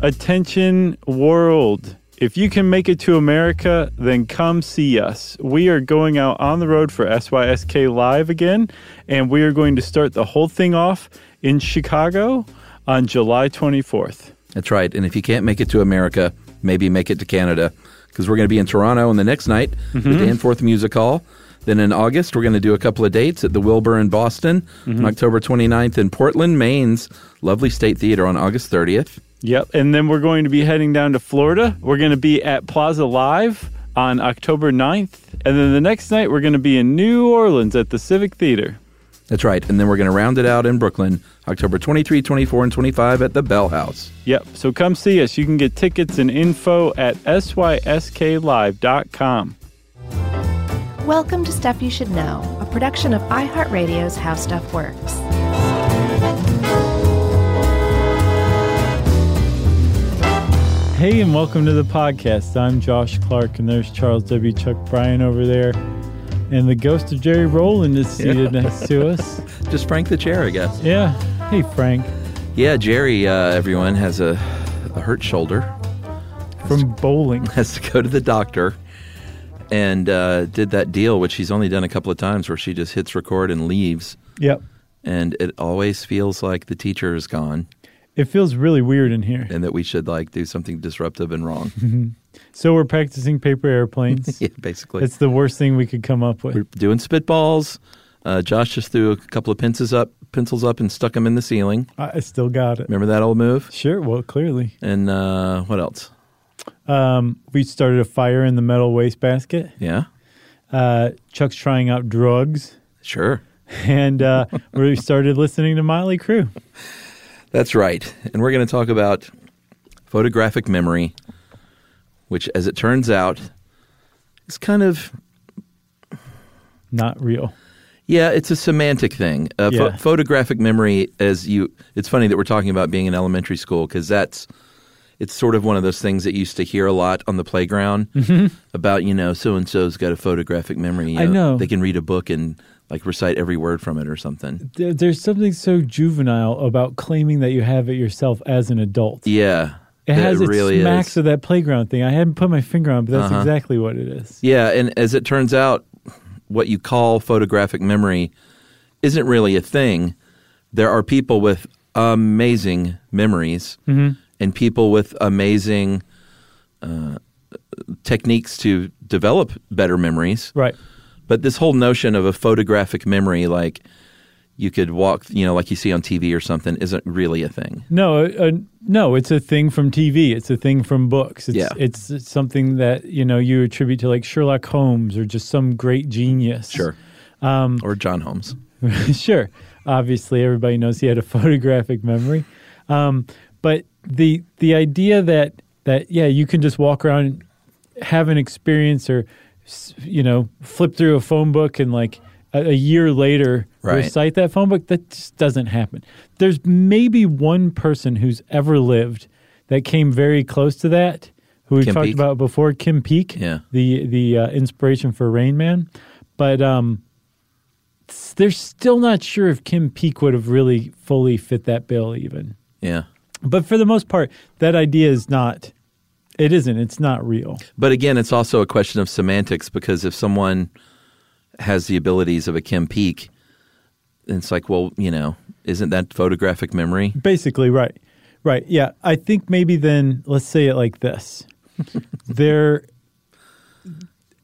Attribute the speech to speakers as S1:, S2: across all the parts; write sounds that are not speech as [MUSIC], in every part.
S1: Attention world. If you can make it to America, then come see us. We are going out on the road for SYSK Live again, and we are going to start the whole thing off in Chicago on July 24th.
S2: That's right. And if you can't make it to America, maybe make it to Canada because we're going to be in Toronto on the next night, the Danforth Music Hall. Then in August, we're going to do a couple of dates at the Wilbur in Boston on October 29th in Portland, Maine's lovely State Theater on August 30th.
S1: Yep. And then we're going to be heading down to Florida. We're going to be at Plaza Live on October 9th. And then the next night, we're going to be in New Orleans at the Civic Theater.
S2: That's right. And then we're going to round it out in Brooklyn, October 23, 24, and 25 at the Bell House.
S1: Yep. So come see us. You can get tickets and info at sysklive.com.
S3: Welcome to Stuff You Should Know, a production of iHeartRadio's How Stuff Works.
S1: Hey, and welcome to the podcast. I'm Josh Clark, and there's Charles W. Chuck Bryan over there. And the ghost of Jerry Rowland is seated next to us.
S2: Just Frank the chair, I guess.
S1: Yeah. Hey, Frank.
S2: Yeah, Jerry, uh, everyone, has a, a hurt shoulder,
S1: From bowling.
S2: [LAUGHS] has to go to the doctor, and uh, did that deal, which she's only done a couple of times, where she just hits record and leaves.
S1: Yep.
S2: And it always feels like the teacher is gone
S1: It feels really weird in here.
S2: and that we should like do something disruptive and wrong. [LAUGHS]
S1: So we're practicing paper airplanes.
S2: yeah, basically.
S1: It's the worst thing we could come up
S2: We're
S1: with.
S2: doing spitballs. Uh, Josh just threw a couple of pencils up, pencils up, and stuck them in the ceiling.
S1: I I still got it.
S2: Remember that old move?
S1: Sure. Well, clearly.
S2: And uh, what else?
S1: We started a fire in the metal wastebasket.
S2: Yeah,
S1: Uh, Chuck's trying out drugs. [LAUGHS]
S2: sure.
S1: And uh, we started listening to Motley Crue.
S2: That's right. And we're going to talk about photographic memory, which, as it turns out, is kind of,
S1: Not real.
S2: yeah, it's a semantic thing. Uh, pho-
S1: Yeah.
S2: photographic memory, as you, it's funny that we're talking about being in elementary school because that's, it's sort of one of those things that you used to hear a lot on the playground about, you know, so and so's got a photographic memory. You
S1: Mm-hmm. I know.
S2: They can read a book and like recite every word from it or something.
S1: There, there's something so juvenile about claiming that you have it yourself as an adult.
S2: Yeah.
S1: It has
S2: it
S1: its
S2: really
S1: smacks
S2: is. Uh-huh.
S1: of that playground thing. I hadn't put my finger on, it, but that's exactly what it is.
S2: Yeah, and as it turns out, what you call photographic memory isn't really a thing. There are people with amazing memories and people with amazing uh, techniques to develop better memories.
S1: Right.
S2: But this whole notion of a photographic memory, like you could walk, you know, like you see on TV or something, isn't really a thing.
S1: No, uh, no, it's a thing from TV. It's a thing from books. It's,
S2: Yeah.
S1: it's something that you know you attribute to like Sherlock Holmes or just some great genius.
S2: or John Holmes.
S1: [LAUGHS] sure. Obviously, everybody knows he had a [LAUGHS] photographic memory, um, but the the idea that that yeah, you can just walk around, and have an experience, or s- you know, flip through a phone book and like a, a year later
S2: Right.
S1: recite that phone book. That just doesn't happen. There's maybe one person who's ever lived that came very close to that, who we
S2: Kim
S1: talked
S2: Peek?
S1: about uh, before, Kim Peek,
S2: Yeah.
S1: the the uh, inspiration for Rain Man, but. um they're still not sure if Kim Peek would have really fully fit that bill even.
S2: Yeah.
S1: But for the most part, that idea is not It isn't. It's not real.
S2: But again, it's also a question of semantics because if someone has the abilities of a Kim Peek, then it's like, well, you know, isn't that photographic memory?
S1: Basically, right. Right. Yeah. I think maybe then let's say it like this. [LAUGHS] there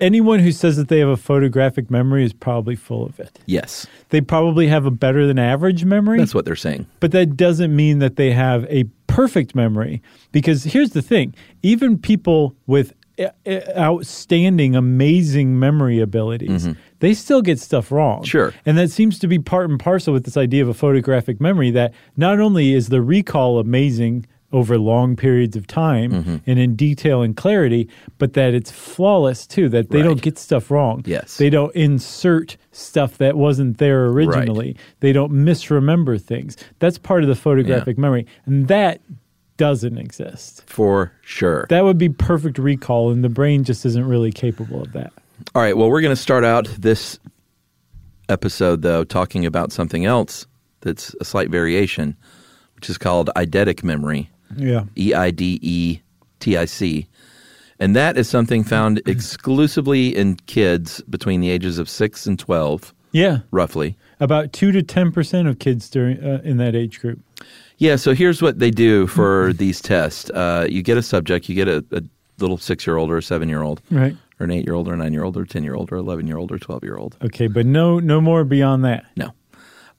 S1: anyone who says that they have a photographic memory is probably full of it.
S2: Yes.
S1: They probably have a better than average memory.
S2: That's what they're saying.
S1: But that doesn't mean that they have a perfect memory. Because here's the thing even people with uh, uh, outstanding, amazing memory abilities, they still get stuff wrong.
S2: Mm-hmm. Sure.
S1: And that seems to be part and parcel with this idea of a photographic memory that not only is the recall amazing over long periods of time
S2: Mm-hmm.
S1: and in detail and clarity, but that it's flawless too, that they don't
S2: Right.
S1: get stuff wrong.
S2: Yes.
S1: They don't insert stuff that wasn't there originally. They don't misremember things. That's part of the photographic memory. And that doesn't exist.
S2: For sure.
S1: That would be perfect recall, and the brain just isn't really capable of that.
S2: All right. Well, we're going to start out this episode, though, talking about something else that's a slight variation, which is called eidetic memory
S1: Yeah.
S2: E I D E T I C. And that is something found exclusively in kids between the ages of 6 and 12,
S1: Yeah.
S2: roughly.
S1: About 2 to 10% of kids during, uh, in that age group.
S2: Yeah, so here's what they do for these tests. Uh, you get a subject, you get a, a little six year old or a seven year old,
S1: Right.
S2: or an eight year old, or a nine year old, or a 10 year old, or 11 year old, or 12 year old.
S1: Okay, but no no more beyond that.
S2: No.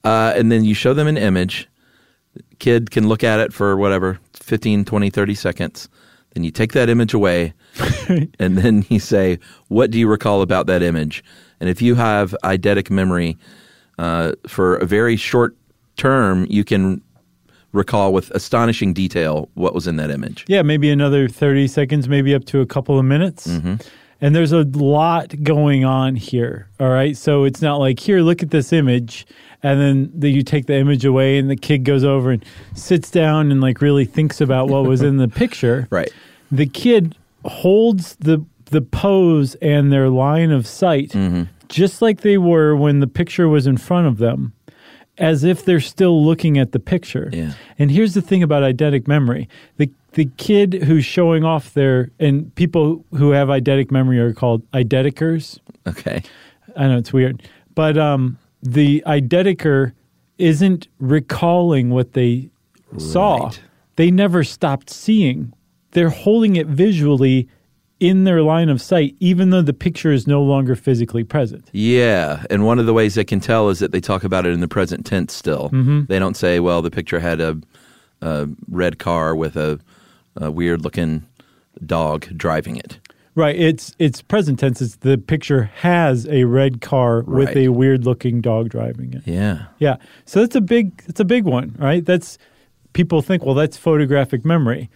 S2: Uh, and then you show them an image. Kid can look at it for whatever, 15, 20, 30 seconds. Then you take that image away. and then you say, What do you recall about that image? And if you have eidetic memory uh, for a very short term, you can recall with astonishing detail what was in that image.
S1: Yeah, maybe another 30 seconds, maybe up to a couple of minutes. And there's a lot going on here. All right. So it's not like, here, look at this image. And then the, you take the image away, and the kid goes over and sits down and like really thinks about what was in the picture.
S2: Right.
S1: The kid holds the, the pose and their line of sight just like they were when the picture was in front of them as if they're still looking at the picture.
S2: Yeah.
S1: And here's the thing about eidetic memory. The the kid who's showing off their and people who have eidetic memory are called eideticers.
S2: Okay.
S1: I know it's weird. But um the eidetiker isn't recalling what they saw.
S2: Right.
S1: They never stopped seeing. They're holding it visually in their line of sight, even though the picture is no longer physically present.
S2: Yeah, and one of the ways they can tell is that they talk about it in the present tense still.
S1: Mm-hmm.
S2: They don't say, "Well, the picture had a, a red car with a, a weird-looking dog driving it."
S1: Right. It's it's present tense. It's the picture has a red car with
S2: Right.
S1: a weird looking dog driving it.
S2: Yeah,
S1: Yeah. So that's a big that's a big one, right? That's people think, well, that's photographic memory.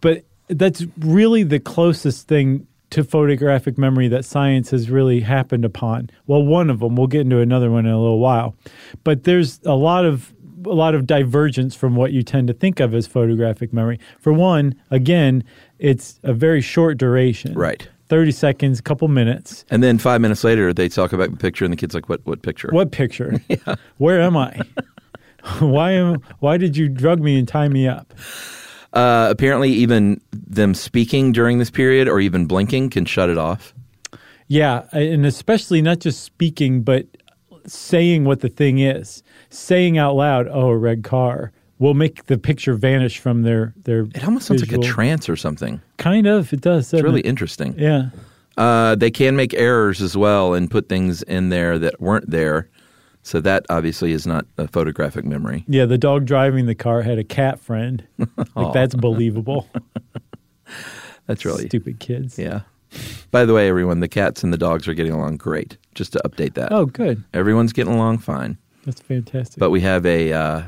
S1: But that's really the closest thing to photographic memory that science has really happened upon. Well, one of them. We'll get into another one in a little while. But there's a lot of a lot of divergence from what you tend to think of as photographic memory. For one, again, it's a very short duration.
S2: Right.
S1: 30 seconds, couple minutes.
S2: and then five minutes later, they talk about the picture, and the kid's like, "What? What picture?"
S1: What
S2: [LAUGHS]
S1: picture? Where am I? [LAUGHS] why am why did you drug me and tie me up?
S2: Uh, apparently, even them speaking during this period, or even blinking, can shut it off.
S1: Yeah, and especially not just speaking but saying what the thing is. Saying out loud, "Oh, a red car." Will make the picture vanish from their their
S2: It almost sounds like a
S1: visual-
S2: trance or something.
S1: Kind of, it does.
S2: It's
S1: doesn't
S2: really
S1: it?
S2: interesting.
S1: Yeah.
S2: Uh, they can make errors as well and put things in there that weren't there. So that obviously is not a photographic memory.
S1: Yeah, the dog driving the car had a cat
S2: [LAUGHS]
S1: friend. like that's believable.
S2: That's really
S1: Stupid kids.
S2: Yeah. By the way, everyone, the cats and the dogs are getting along great. Just to update that.
S1: Oh, good.
S2: Everyone's getting along fine.
S1: That's fantastic.
S2: But we have a uh,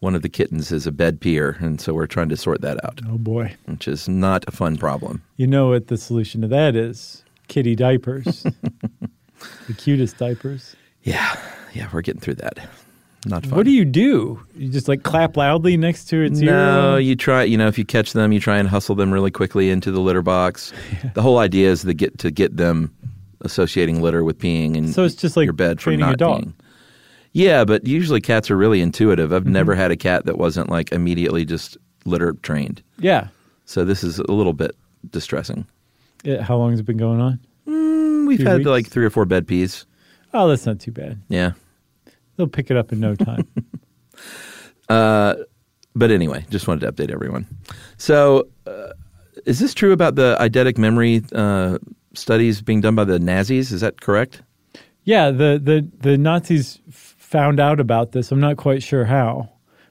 S2: one of the kittens is a bed peer, and so we're trying to sort that out,
S1: oh boy.
S2: which is not a fun problem.
S1: You know what the solution to that is? Kitty
S2: [LAUGHS]
S1: diapers. the cutest diapers.
S2: Yeah. Yeah, we're getting through that. Not fun.
S1: What do you do? You just like clap loudly next to its
S2: No,
S1: ear?
S2: you try. You know, if you catch them, you try and hustle them really quickly into the
S1: [LAUGHS]
S2: litter box. The whole idea is to get to get them associating litter with peeing, and
S1: So it's just like
S2: your bed for
S1: training a
S2: not
S1: dog.
S2: peeing. Yeah, but usually cats are really intuitive.
S1: Mm-hmm.
S2: I've never had a cat that wasn't like immediately just litter trained.
S1: Yeah.
S2: So this is a little bit distressing.
S1: Yeah, how long has it been going on?
S2: We've
S1: Few
S2: had
S1: Mm, weeks?
S2: like three or four bed peas.
S1: Oh, that's not too bad.
S2: Yeah.
S1: They'll pick it up in no time.
S2: But anyway, just wanted to update everyone. So, uh, is this true about the eidetic memory uh, studies being done by the Nazis? Is that correct?
S1: yeah, the, the, the Nazis f- found out about this. I'm not quite sure how,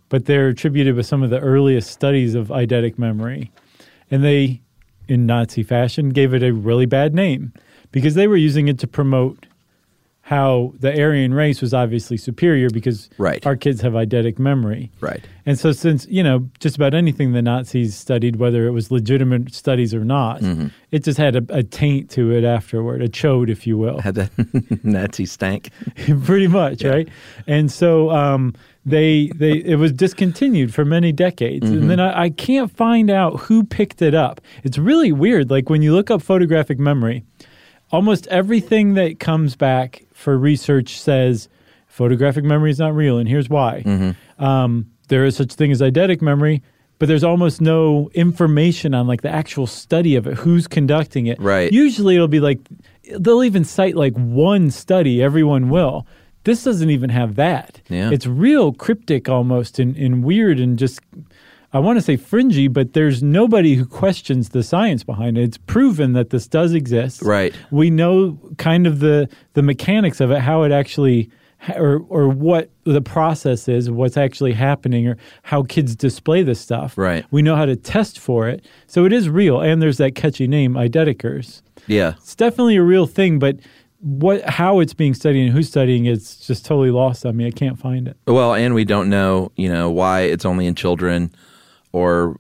S1: but they're attributed with some of the earliest studies of eidetic memory. And they, in Nazi fashion, gave it a really bad name because they were using it to promote how the Aryan race was obviously superior because
S2: Right.
S1: our kids have eidetic memory.
S2: Right.
S1: And so, since you know just about anything the Nazis studied, whether it was legitimate studies or not,
S2: Mm-hmm.
S1: it just had a, a taint to it afterward, a chode, if you will,
S2: Had that [LAUGHS] Nazi stank?
S1: [LAUGHS] pretty much, right? And so um, they they it was discontinued for many decades, and then I, I can't find out who picked it up. It's really weird. Like when you look up photographic memory, almost everything that comes back for research says photographic memory is not real, and here's why. Um, there is such thing as eidetic memory, but there's almost no information on like the actual study of it, who's conducting it.
S2: Right.
S1: Usually it'll be like they'll even cite like one study, everyone will. This doesn't even have that.
S2: Yeah.
S1: It's real cryptic almost and, and weird and just I want to say fringy, but there's nobody who questions the science behind it. It's proven that this does exist.
S2: Right.
S1: We know kind of the the mechanics of it, how it actually or or what the process is, what's actually happening, or how kids display this stuff.
S2: Right.
S1: We know how to test for it, so it is real. And there's that catchy name, eidetikers.
S2: Yeah.
S1: It's definitely a real thing, but what how it's being studied and who's studying it's just totally lost on me. I can't find it.
S2: Well, and we don't know, you know, why it's only in children, or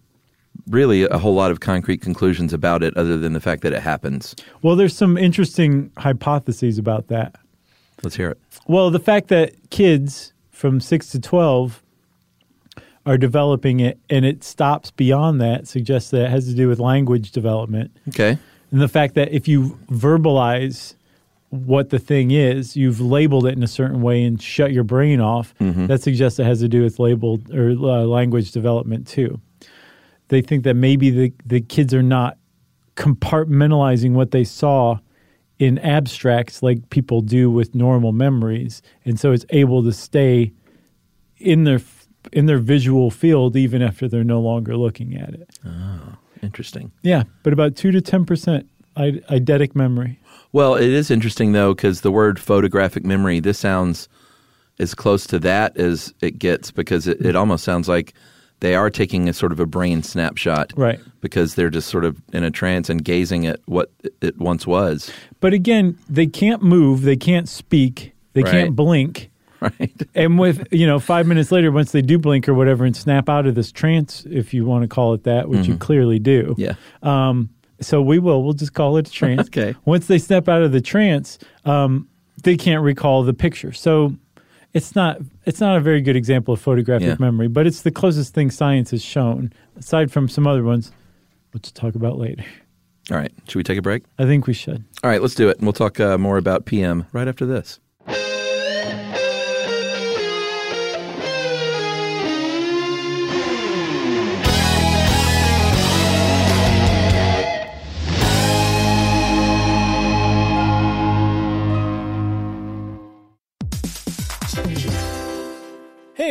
S2: really a whole lot of concrete conclusions about it, other than the fact that it happens.
S1: Well, there's some interesting hypotheses about that.
S2: Let's hear it.
S1: Well, the fact that kids from six to 12 are developing it and it stops beyond that suggests that it has to do with language development.
S2: Okay.
S1: And the fact that if you verbalize what the thing is, you've labeled it in a certain way and shut your brain off, that suggests it has to do with labeled or uh, language development too. They think that maybe the, the kids are not compartmentalizing what they saw in abstracts like people do with normal memories. And so it's able to stay in their f- in their visual field even after they're no longer looking at it.
S2: Interesting.
S1: Yeah, but about two to ten percent eidetic memory.
S2: Well, it is interesting though, because the word photographic memory, this sounds as close to that as it gets, because it, it almost sounds like they are taking a sort of a brain snapshot,
S1: Right.
S2: Because they're just sort of in a trance and gazing at what it once was,
S1: But again, they can't move, they can't speak, they
S2: Right.
S1: can't blink.
S2: right?
S1: And with you know, five minutes later, once they do blink or whatever, and snap out of this trance, if you want to call it that, which you clearly do.
S2: Mm-hmm. Yeah.
S1: Um, so we will. We'll just call it a trance.
S2: [LAUGHS] Okay.
S1: Once they step out of the trance, um, they can't recall the picture. So it's not it's not a very good example of photographic
S2: Yeah.
S1: memory, but it's the closest thing science has shown, aside from some other ones, which we'll talk about later.
S2: All right. Should we take a break?
S1: I think we should.
S2: All right, let's do it. And we'll talk uh, more about PM right after this.
S1: Hey,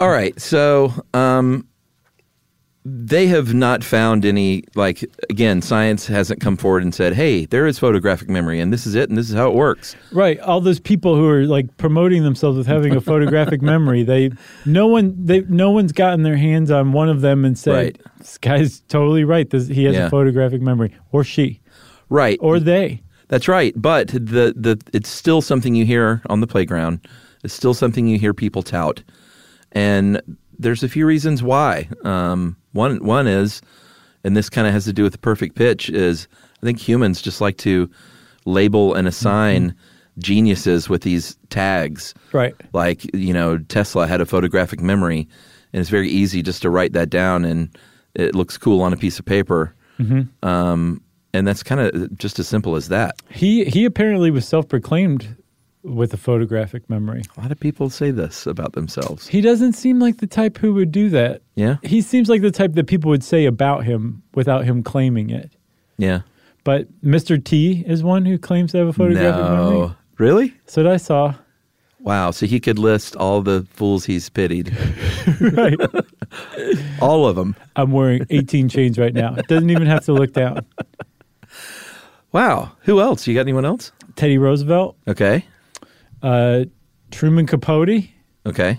S2: All right. So, um, they have not found any, like, again, science hasn't come forward and said, hey, there is photographic memory and this is it and this is how it works.
S1: Right, all those people who are like promoting themselves with having a photographic memory, they no one they no one's gotten their hands on one of them and said,
S2: Right.
S1: "This guy's totally right. This, he has
S2: Yeah.
S1: a photographic memory or she
S2: Right.
S1: or they."
S2: That's right. But the, the it's still something you hear on the playground. It's still something you hear people tout. And there's a few reasons why. Um, one one is, and this kind of has to do with the perfect pitch, is I think humans just like to label and assign geniuses with these tags.
S1: Right.
S2: Like, you know, Tesla had a photographic memory, and it's very easy just to write that down and it looks cool on a piece of paper. Um, and that's kind of just as simple as that.
S1: He he apparently was self-proclaimed with a photographic memory.
S2: A lot of people say this about themselves.
S1: He doesn't seem like the type who would do that.
S2: Yeah.
S1: He seems like the type that people would say about him without him claiming it.
S2: Yeah.
S1: But Mr. T is one who claims to have a photographic memory.
S2: No. Really?
S1: So that I saw. [LAUGHS]
S2: Wow. So he could list all the fools he's [LAUGHS] pitied,
S1: Right.
S2: all of them.
S1: I'm wearing 18 chains right now. It doesn't even have to look down.
S2: Wow. Who else? You got anyone else?
S1: Teddy Roosevelt,
S2: Okay.
S1: uh, Truman Capote,
S2: Okay.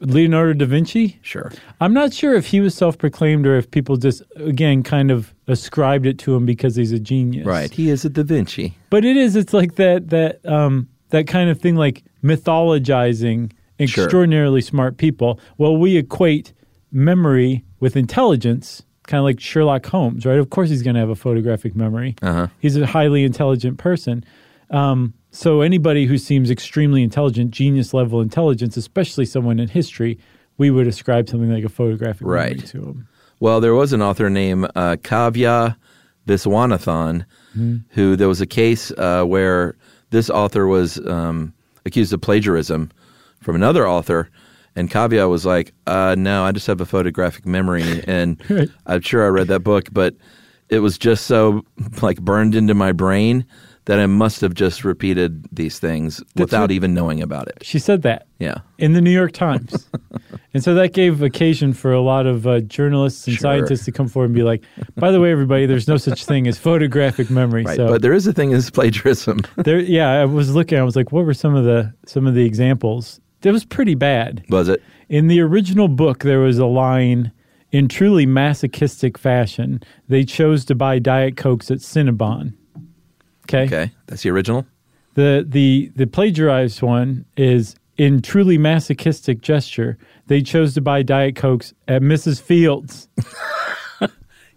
S1: Leonardo da Vinci.
S2: Sure.
S1: I'm not sure if he was self proclaimed or if people just, again, kind of ascribed it to him because he's a genius.
S2: Right. He is a Da Vinci.
S1: But it is, it's like that, that, um, that kind of thing, like mythologizing
S2: Sure.
S1: extraordinarily smart people. Well, we equate memory with intelligence, kind of like Sherlock Holmes, right? Of course, he's going to have a photographic memory.
S2: Uh-huh.
S1: He's a highly intelligent person. Um, so anybody who seems extremely intelligent, genius level intelligence, especially someone in history, we would ascribe something like a photographic memory
S2: Right.
S1: to him.
S2: Well, there was an author named uh, Kavya Viswanathan
S1: Hmm.
S2: who there was a case uh, where this author was um, accused of plagiarism from another author. And Kavya was like, uh, no, I just have a photographic memory.
S1: [LAUGHS]
S2: And I'm sure I read that book, but it was just so like burned into my brain that I must have just repeated these things without
S1: what-
S2: even knowing about it.
S1: She said that.
S2: Yeah.
S1: in the New York
S2: [LAUGHS]
S1: Times. and so that gave occasion for a lot of uh, journalists and
S2: Sure.
S1: scientists to come forward and be like, by the way, everybody, there's no such thing as photographic memory.
S2: Right.
S1: So
S2: but there is a thing as plagiarism. [LAUGHS]
S1: there, yeah, I was looking, I was like, what were some of the some of the examples? It was pretty bad.
S2: was it?
S1: In the original book, there was a line in truly masochistic fashion, they chose to buy Diet Cokes at Cinnabon. [LAUGHS] Okay.
S2: Okay. That's the original?
S1: The the the plagiarized one is in truly masochistic gesture. They chose to buy Diet Cokes at Mrs. Fields.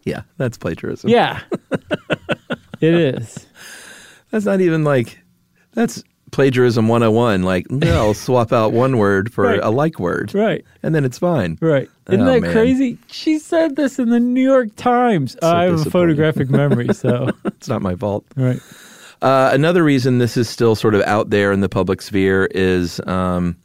S2: Yeah, that's plagiarism.
S1: Yeah, [LAUGHS] it is.
S2: That's not even like that's plagiarism
S1: [LAUGHS]
S2: 101 like no swap out one word for
S1: Right.
S2: a like word
S1: Right,
S2: and then it's fine
S1: right. Isn't
S2: Oh,
S1: that
S2: man.
S1: crazy? She said this in the New York Times. I have a
S2: disappointing.
S1: photographic memory,
S2: [LAUGHS]
S1: so
S2: it's not my fault
S1: right.
S2: uh, another reason this is still sort of out there in the public sphere is um,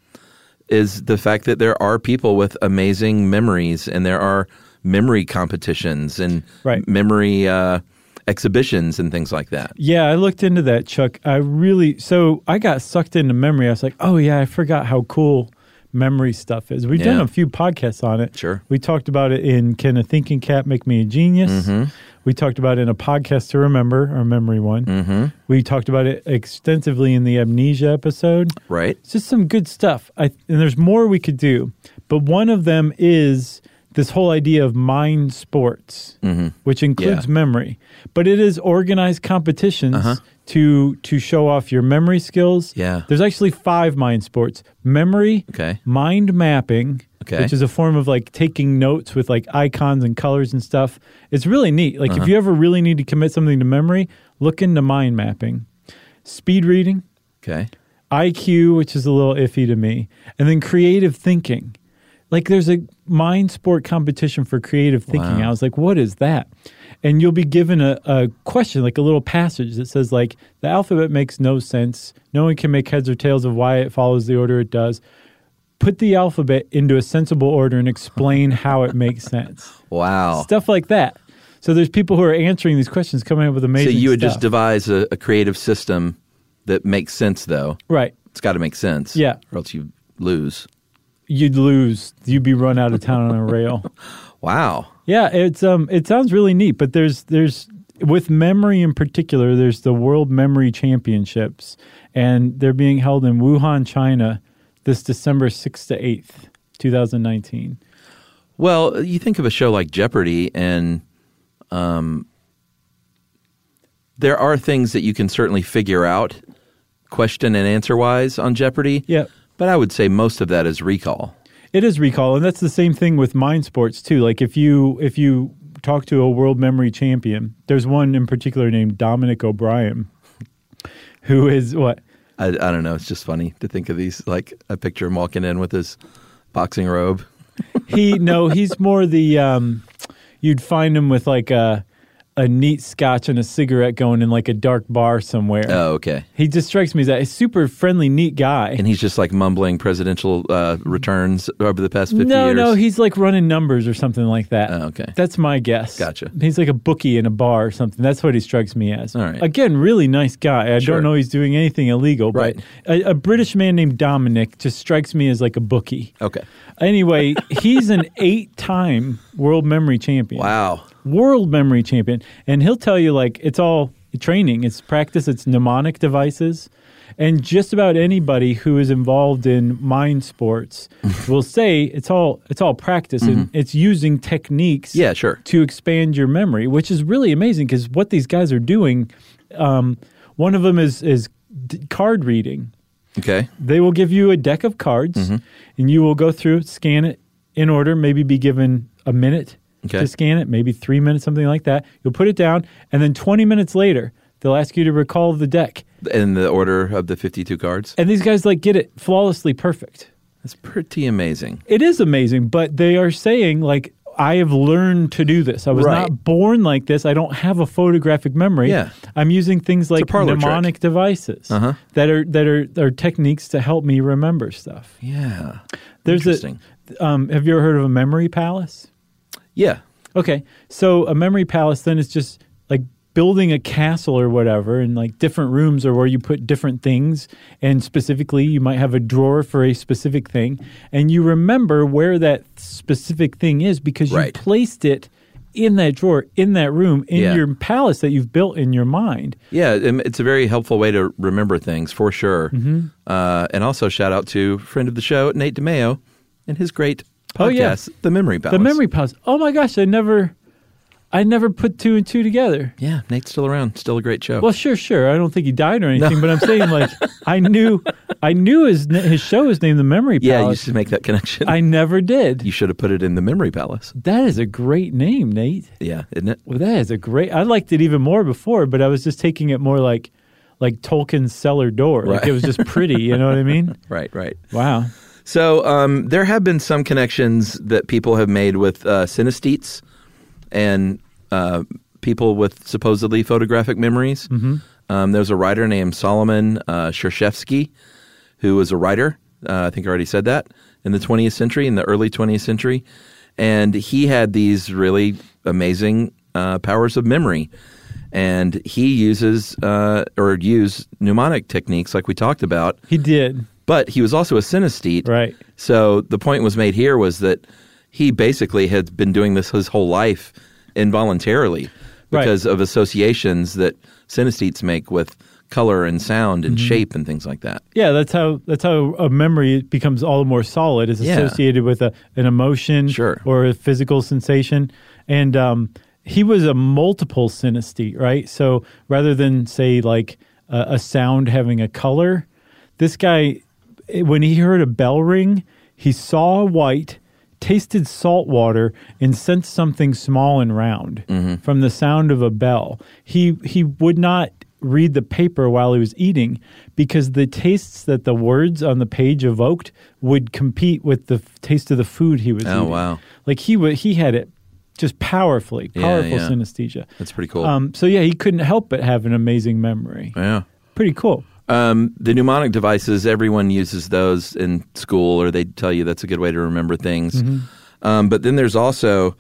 S2: is the fact that there are people with amazing memories and there are memory competitions and
S1: Right.
S2: memory uh, exhibitions and things like that
S1: Yeah, I looked into that, Chuck. I really so I got sucked into memory. I was like, oh yeah, I forgot how cool memory stuff is. We've done
S2: Yeah.
S1: a few podcasts on it.
S2: Sure.
S1: We talked about it in Can a Thinking Cat Make Me a Genius?
S2: Mm-hmm.
S1: We talked about it in a podcast to remember, our memory one.
S2: Mm-hmm.
S1: We talked about it extensively in the amnesia episode.
S2: Right.
S1: It's just some good stuff. I, and there's more we could do. But one of them is this whole idea of mind sports, which includes
S2: Mm-hmm. Yeah. Uh-huh.
S1: memory. But it is organized competitions to to show off your memory skills.
S2: Yeah.
S1: There's actually five mind sports. Memory,
S2: Okay.
S1: mind mapping,
S2: Okay.
S1: which is a form of like taking notes with like icons and colors and stuff. It's really neat. Like
S2: Uh-huh.
S1: if you ever really need to commit something to memory, look into mind mapping. Speed reading,
S2: Okay.
S1: IQ, which is a little iffy to me, and then creative thinking. Like there's a mind sport competition for creative thinking.
S2: Wow.
S1: I was like, what is that? And you'll be given a, a question, like a little passage that says, like, the alphabet makes no sense. No one can make heads or tails of why it follows the order it does. Put the alphabet into a sensible order and
S2: [LAUGHS]
S1: explain how it makes sense.
S2: Wow.
S1: Stuff like that. So there's people who are answering these questions coming up with
S2: So
S1: amazing
S2: you would just
S1: stuff.
S2: devise a, a creative system that makes sense, though.
S1: right.
S2: It's got to make sense.
S1: Yeah.
S2: Or else you lose.
S1: You'd lose. You'd be run out of town on a rail.
S2: Wow.
S1: Yeah, it's um, it sounds really neat, but there's there's with memory in particular, there's the World Memory Championships, and they're being held in Wuhan, China, this December sixth to eighth, two thousand nineteen.
S2: Well, you think of a show like Jeopardy, and um, there are things that you can certainly figure out, question and answer wise, on Jeopardy.
S1: Yep.
S2: But I would say most of that is recall.
S1: It is recall, and that's the same thing with mind sports too. Like if you if you talk to a world memory champion, there's one in particular named Dominic O'Brien, [LAUGHS] who is what
S2: I, I don't know. It's just funny to think of these. Like, I picture him walking in with his boxing robe.
S1: he no, he's more the um you'd find him with like a a neat scotch and a cigarette going in like a dark bar somewhere.
S2: Oh, okay.
S1: He just strikes me as a super friendly, neat guy.
S2: And he's just like mumbling presidential uh, returns over the past 50
S1: no,
S2: years.
S1: no, he's like running numbers or something like that.
S2: Oh, okay.
S1: That's my guess.
S2: Gotcha.
S1: He's like a bookie in a bar or something. That's what he strikes me as.
S2: All right.
S1: Again, really nice guy. I
S2: Sure.
S1: don't know he's doing anything illegal,
S2: Right.
S1: but a, a British man named Dominic just strikes me as like a bookie.
S2: Okay.
S1: Anyway, he's an eight time world memory champion.
S2: Wow.
S1: world memory champion and he'll tell you like it's all training it's practice it's mnemonic devices and just about anybody who is involved in mind
S2: [LAUGHS]
S1: sports will say it's all it's all practice and it's using techniques
S2: Mm-hmm. Yeah, sure.
S1: to expand your memory which is really amazing because what these guys are doing um, one of them is is d- card reading
S2: Okay.
S1: they will give you a deck of cards
S2: Mm-hmm.
S1: and you will go through scan it in order maybe be given a minute
S2: Okay.
S1: to scan it maybe three minutes something like that you'll put it down and then 20 minutes later they'll ask you to recall the deck
S2: In the order of the 52 cards.
S1: and these guys like get it flawlessly perfect
S2: That's pretty amazing.
S1: it is amazing but they are saying like i have learned to do this i was
S2: Right.
S1: not born like this i don't have a photographic memory
S2: Yeah.
S1: i'm using things like
S2: parlor trick.
S1: mnemonic devices
S2: Uh-huh.
S1: that are that are, are techniques to help me remember stuff
S2: Yeah.
S1: There's
S2: Interesting.
S1: a. Um, have you ever heard of a memory palace?
S2: Yeah.
S1: Okay, so a memory palace then is just like building a castle or whatever, and like different rooms are where you put different things, and specifically you might have a drawer for a specific thing, and you remember where that specific thing is because
S2: Right.
S1: you placed it in that drawer, in that room, in
S2: Yeah.
S1: your palace that you've built in your mind.
S2: Yeah, um, it's a very helpful way to remember things for sure.
S1: Mm-hmm.
S2: Uh, and also shout out to friend of the show Nate DeMeo and his great podcast,
S1: Oh, yeah.
S2: The Memory Palace.
S1: The memory palace. Oh my gosh, I never, I never put two and two together.
S2: Yeah, Nate's still around. Still a great show.
S1: Well, sure, sure. I don't think he died or anything, but I'm saying
S2: [LAUGHS]
S1: like I knew, I knew his na- his show is named The Memory
S2: yeah, you
S1: Palace.
S2: should make that connection.
S1: I never did.
S2: you should have put it in the Memory Palace.
S1: that is a great name, Nate.
S2: Yeah, isn't it?
S1: Well, that is a great. I liked it even more before, but I was just taking it more like like Tolkien's cellar door. Like
S2: Right.
S1: it was just pretty. You know what I mean?
S2: [LAUGHS] Right, right.
S1: Wow.
S2: So um, there have been some connections that people have made with uh, synesthetes and uh, people with supposedly photographic memories. Mm-hmm. Um, there's a writer named Solomon uh, Shershevsky, who was a writer. Uh, I think I already said that in the 20th century, in the early 20th century, and he had these really amazing uh, powers of memory. And he uses uh, or used mnemonic techniques like we talked about
S1: He did.
S2: But he was also a synesthete.
S1: Right.
S2: So the point was made here was that he basically had been doing this his whole life involuntarily
S1: Right.
S2: because of associations that synesthetes make with color and sound
S1: Mm-hmm.
S2: and shape and things like that.
S1: Yeah, that's how that's how a memory becomes all the more solid. It's
S2: Yeah.
S1: associated with a, an emotion
S2: Sure.
S1: or a physical sensation. And um, he was a multiple synesthete, right? So rather than say like a, a sound having a color, this guy, eh, when he heard a bell ring, he saw white, tasted salt water, and sensed something small and round
S2: Mm-hmm.
S1: from the sound of a bell. He he would not read the paper while he was eating because the tastes that the words on the page evoked would compete with the f- taste of the food he was
S2: Oh,
S1: eating.
S2: wow.
S1: Like he wa he had it just powerfully,
S2: Yeah,
S1: powerful
S2: yeah.
S1: synesthesia.
S2: That's pretty cool.
S1: Um, so yeah, he couldn't help but have an amazing memory.
S2: yeah.
S1: Pretty cool.
S2: Um, the mnemonic devices, everyone uses those in school, or they tell you that's a good way to remember things.
S1: Mm-hmm.
S2: Um, but then there's also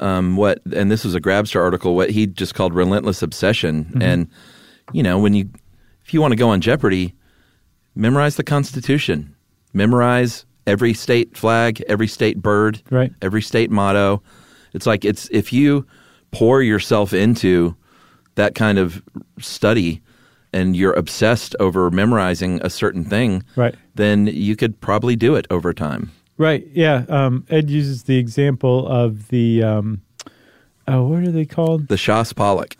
S2: um, what, and this was a Grabster article, what he just called relentless obsession.
S1: Mm-hmm.
S2: And, you know, when you, if you want to go on Jeopardy, memorize the Constitution, memorize every state flag, every state bird,
S1: Right.
S2: every state motto. It's like it's if you pour yourself into that kind of study and you're obsessed over memorizing a certain thing,
S1: Right.
S2: then you could probably do it over time.
S1: Right. Yeah. Um, Ed uses the example of the um, oh, what are they called?
S2: The Shas Pollock.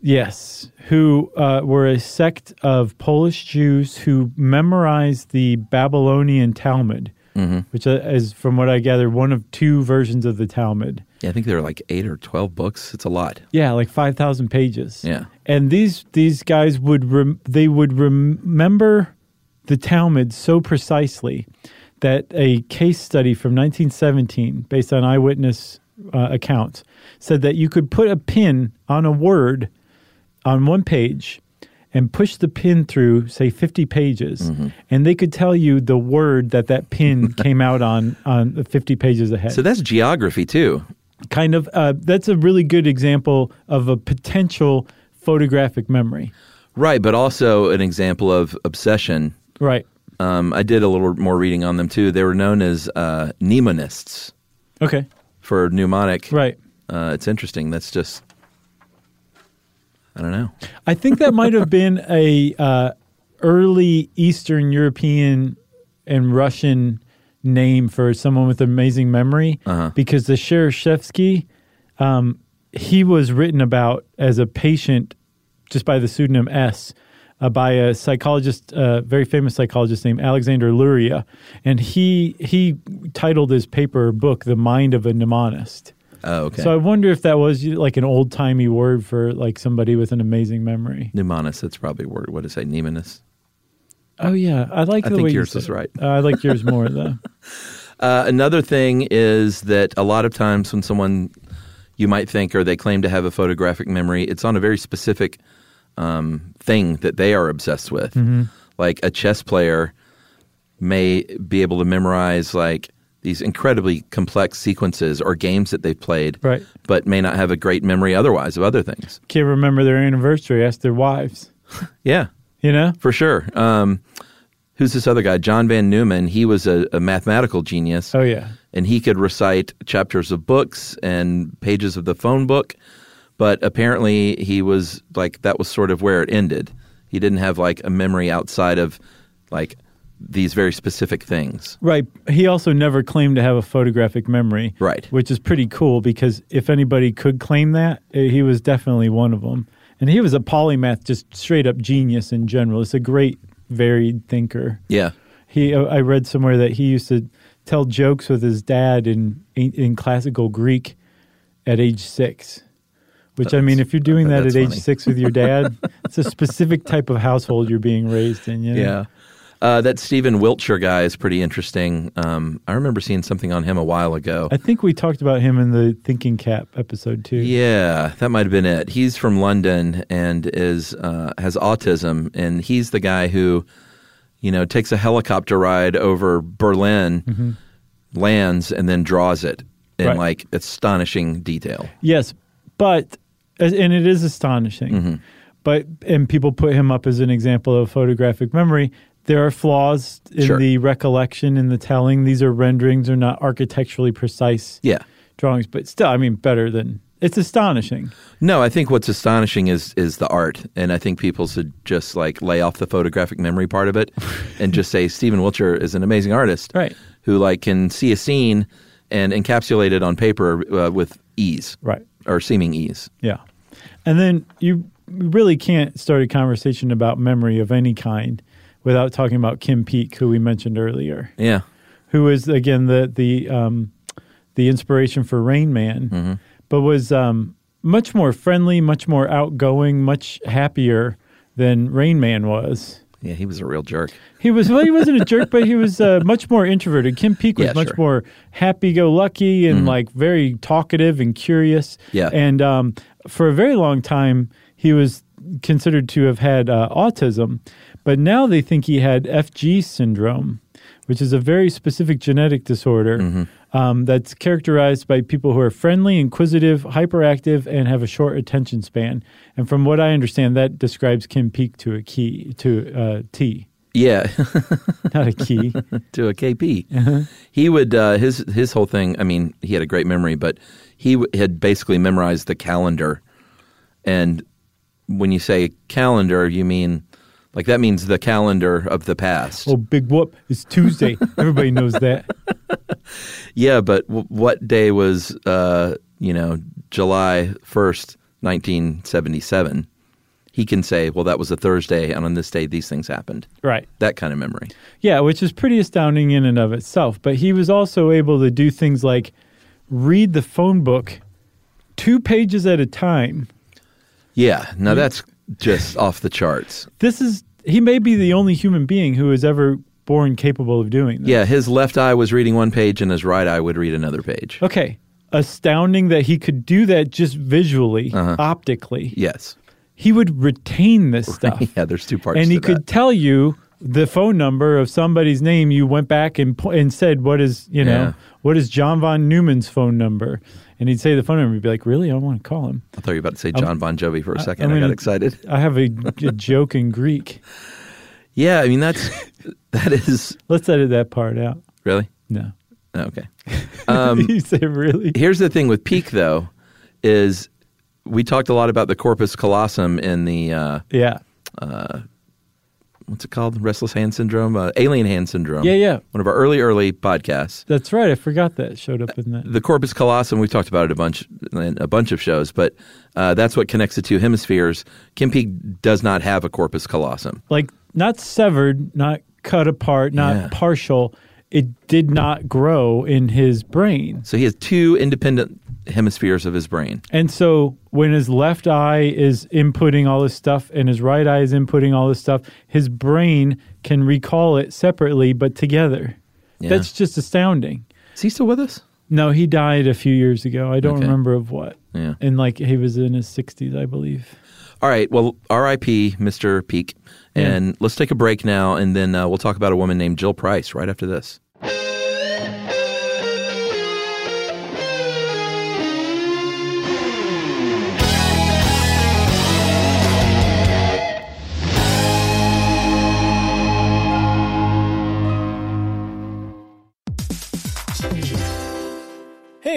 S1: Yes, who uh, were a sect of Polish Jews who memorized the Babylonian Talmud,
S2: Mm-hmm.
S1: which uh, is, from what I gather, one of two versions of the Talmud.
S2: Yeah, I think there are like eight or twelve books. It's a lot.
S1: Yeah, like five thousand pages.
S2: Yeah.
S1: and these these guys would rem- they would rem- remember the Talmud so precisely that a case study from 1917, based on eyewitness uh, accounts, said that you could put a pin on a word on one page and push the pin through say 50 pages
S2: Mm-hmm.
S1: and they could tell you the word that that
S2: [LAUGHS]
S1: pin came out on on the 50 pages ahead
S2: So that's geography too.
S1: kind of uh, that's a really good example of a potential photographic memory
S2: Right, but also an example of obsession.
S1: right
S2: Um, I did a little more reading on them too. They were known as uh, mnemonists
S1: okay
S2: for mnemonic.
S1: right
S2: Uh, it's interesting. That's just, I don't know.
S1: i think that might have been a uh, early eastern european and russian name for someone with amazing memory because the Shereshevsky, um, he was written about as a patient just by the pseudonym S, uh, by a psychologist, uh, very famous psychologist named Alexander Luria, and he he titled his paper or book "The Mind of a Mnemonist."
S2: Oh, okay.
S1: So I wonder if that was you know, like an old timey word for like somebody with an amazing memory.
S2: Mnemonist, that's probably a word. What is that? Mnemonist.
S1: Oh yeah, I like.
S2: I
S1: the
S2: think
S1: way you
S2: yours
S1: said
S2: is
S1: it.
S2: right.
S1: Uh, I like yours more though.
S2: Uh, another thing is that a lot of times when someone you might think or they claim to have a photographic memory, it's on a very specific um, thing that they are obsessed with. Like a chess player may be able to memorize like these incredibly complex sequences or games that they've played,
S1: Right.
S2: but may not have a great memory otherwise of other things.
S1: [LAUGHS] Can't remember their anniversary. Ask their wives.
S2: Yeah.
S1: You know.
S2: For sure. Um, who's this other guy? John Van Neumann. He was a, a mathematical genius.
S1: Oh yeah.
S2: And he could recite chapters of books and pages of the phone book. But apparently, he was like, that was sort of where it ended. He didn't have like a memory outside of like these very specific things.
S1: Right. He also never claimed to have a photographic memory.
S2: Right.
S1: Which is pretty cool because if anybody could claim that, eh, he was definitely one of them. And he was a polymath, just straight up genius in general. It's a great, varied thinker.
S2: Yeah.
S1: He, uh, I read somewhere that he used to tell jokes with his dad in in classical Greek at age six. Which I mean, if you're doing that at
S2: that's
S1: age
S2: funny.
S1: six with your dad,
S2: [LAUGHS]
S1: it's a specific type of household you're being raised in. You know?
S2: Yeah. Uh, that Stephen Wiltshire guy is pretty interesting. Um, I remember seeing something on him a while ago.
S1: I think we talked about him in the Thinking Cap episode too.
S2: Yeah, that might have been it. He's from London and is uh, has autism, and he's the guy who, you know, takes a helicopter ride over Berlin, lands, and then draws it in
S1: Mm-hmm. Right.
S2: like astonishing detail.
S1: Yes, but as- and it
S2: Mm-hmm.
S1: is astonishing. But and people put him up as an example of photographic memory. There are flaws in
S2: Sure.
S1: the recollection in the telling. These are renderings, are not architecturally precise
S2: Yeah.
S1: drawings, but still, I mean, better than it's astonishing.
S2: No, I think what's astonishing is is the art, and I think people should just like lay off the photographic memory part of
S1: [LAUGHS]
S2: it, and just say Stephen Wilcher is an amazing artist,
S1: Right.
S2: Who like can see a scene and encapsulate it on paper uh, with ease,
S1: Right.
S2: Or seeming ease.
S1: Yeah. And then you really can't start a conversation about memory of any kind without talking about Kim Peek, who we mentioned earlier,
S2: Yeah,
S1: who is again the the um, the inspiration for Rain Man, but was um, much more friendly, much more outgoing, much happier than Rain Man was.
S2: yeah. He was a real jerk.
S1: He was well, he wasn't a jerk, but he was uh, much more introverted. Kim Peek was
S2: Yeah,
S1: much
S2: sure. Mm-hmm.
S1: more happy-go-lucky and like very talkative and curious.
S2: Yeah.
S1: and um, for a very long time, he was considered to have had uh, autism, but now they think he had FG syndrome, which is a very specific genetic disorder.
S2: Mm-hmm.
S1: Um, that's characterized by people who are friendly, inquisitive, hyperactive, and have a short attention span. And from what I understand, that describes Kim Peek to a key to uh, T
S2: Yeah, [LAUGHS]
S1: not a key.
S2: to a KP. He would uh, his his whole thing. I mean, he had a great memory, but he w- had basically memorized the calendar. And when you say calendar, you mean like that means the calendar of the past.
S1: oh, big whoop! It's Tuesday. Everybody knows that.
S2: Yeah, but w- what day was uh, you know July first, nineteen seventy seven? He can say, well, that was a Thursday, and on this day these things happened.
S1: Right.
S2: That kind of memory.
S1: Yeah, which is pretty astounding in and of itself. But he was also able to do things like read the phone book two pages at a time.
S2: Yeah. Now
S1: Hmm.
S2: that's
S1: [LAUGHS]
S2: just off the charts.
S1: This is he may be the only human being who is ever born capable of doing this.
S2: Yeah, his left eye was reading one page and his right eye would read another page.
S1: Okay. Astounding that he could do that just visually,
S2: Uh-huh.
S1: optically.
S2: Yes.
S1: He would retain
S2: [LAUGHS]
S1: this stuff.
S2: Yeah, there's two parts
S1: and
S2: to
S1: he could
S2: that.
S1: tell you the phone number of somebody's name you went back and po- and said what is you know
S2: Yeah.
S1: what is john von newman's phone number and he'd say the phone number he'd be like really i want to call him
S2: I thought you were about to say John Bon Jovi for a second. I,
S1: I'm
S2: got
S1: gonna-
S2: excited.
S1: i have a,
S2: [LAUGHS]
S1: a joke in greek
S2: Yeah, I
S1: [LAUGHS]
S2: mean that's that is
S1: let's edit that part out
S2: really
S1: no
S2: Oh, okay. Um,
S1: [LAUGHS] you say really
S2: Here's the thing with Peak though, is we talked a lot about the corpus callosum in the uh,
S1: yeah
S2: what's it called? Restless hand syndrome, uh, alien hand syndrome.
S1: Yeah, yeah.
S2: One of our early, early podcasts.
S1: that's right i forgot that showed up in that
S2: The corpus callosum. We've talked about it a bunch, in a bunch of shows, but uh, that's what connects the two hemispheres. Kim Peak does not have a corpus callosum.
S1: like not severed not cut apart not
S2: Yeah.
S1: partial it did not grow in his brain
S2: So he has two independent hemispheres of his brain.
S1: And so when his left eye is inputting all this stuff and his right eye is inputting all this stuff, his brain can recall it separately but together.
S2: Yeah.
S1: That's just astounding.
S2: Is he still with us?
S1: No, he died a few years ago. I don't
S2: Okay.
S1: remember of what.
S2: Yeah.
S1: And like he was in his 60s, I believe.
S2: All right. Well, R.I.P. Mr. Peak. And let's take a break now, and then uh, we'll talk about a woman named Jill Price right after this.
S1: Hey,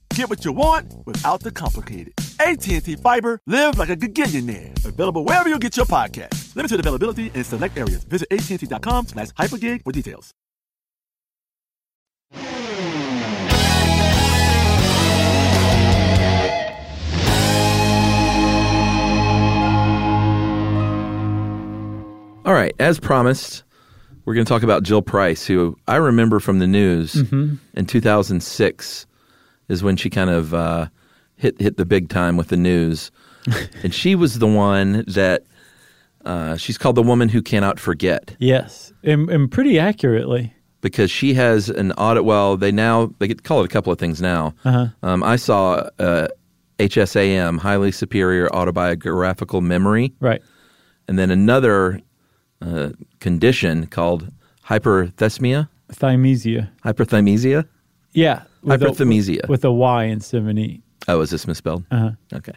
S4: Get what you want without the complicated. AT&T Fiber, live like a gigillionaire. Available wherever you get your podcast. Limited availability in select areas. Visit AT&T.com slash hypergig for details.
S2: All right, as promised, we're going to talk about Jill Price, who I remember from the news in 2006 is when she kind of uh, hit hit the big time with the news, and she was the one that uh, she's called the woman who cannot forget
S1: Yes, and, and pretty accurately.
S2: because she has an audit. Well, they now they could call it a couple of things now. Um, I saw uh, HSAM, highly superior autobiographical memory
S1: Right.
S2: and then another uh, condition called hyperthesmia,
S1: Thymesia.
S2: hyperthymesia.
S1: Yeah. with a-
S2: Hyperthymesia.
S1: With a Y instead of an E.
S2: Oh, is this misspelled? Uh-huh. Okay,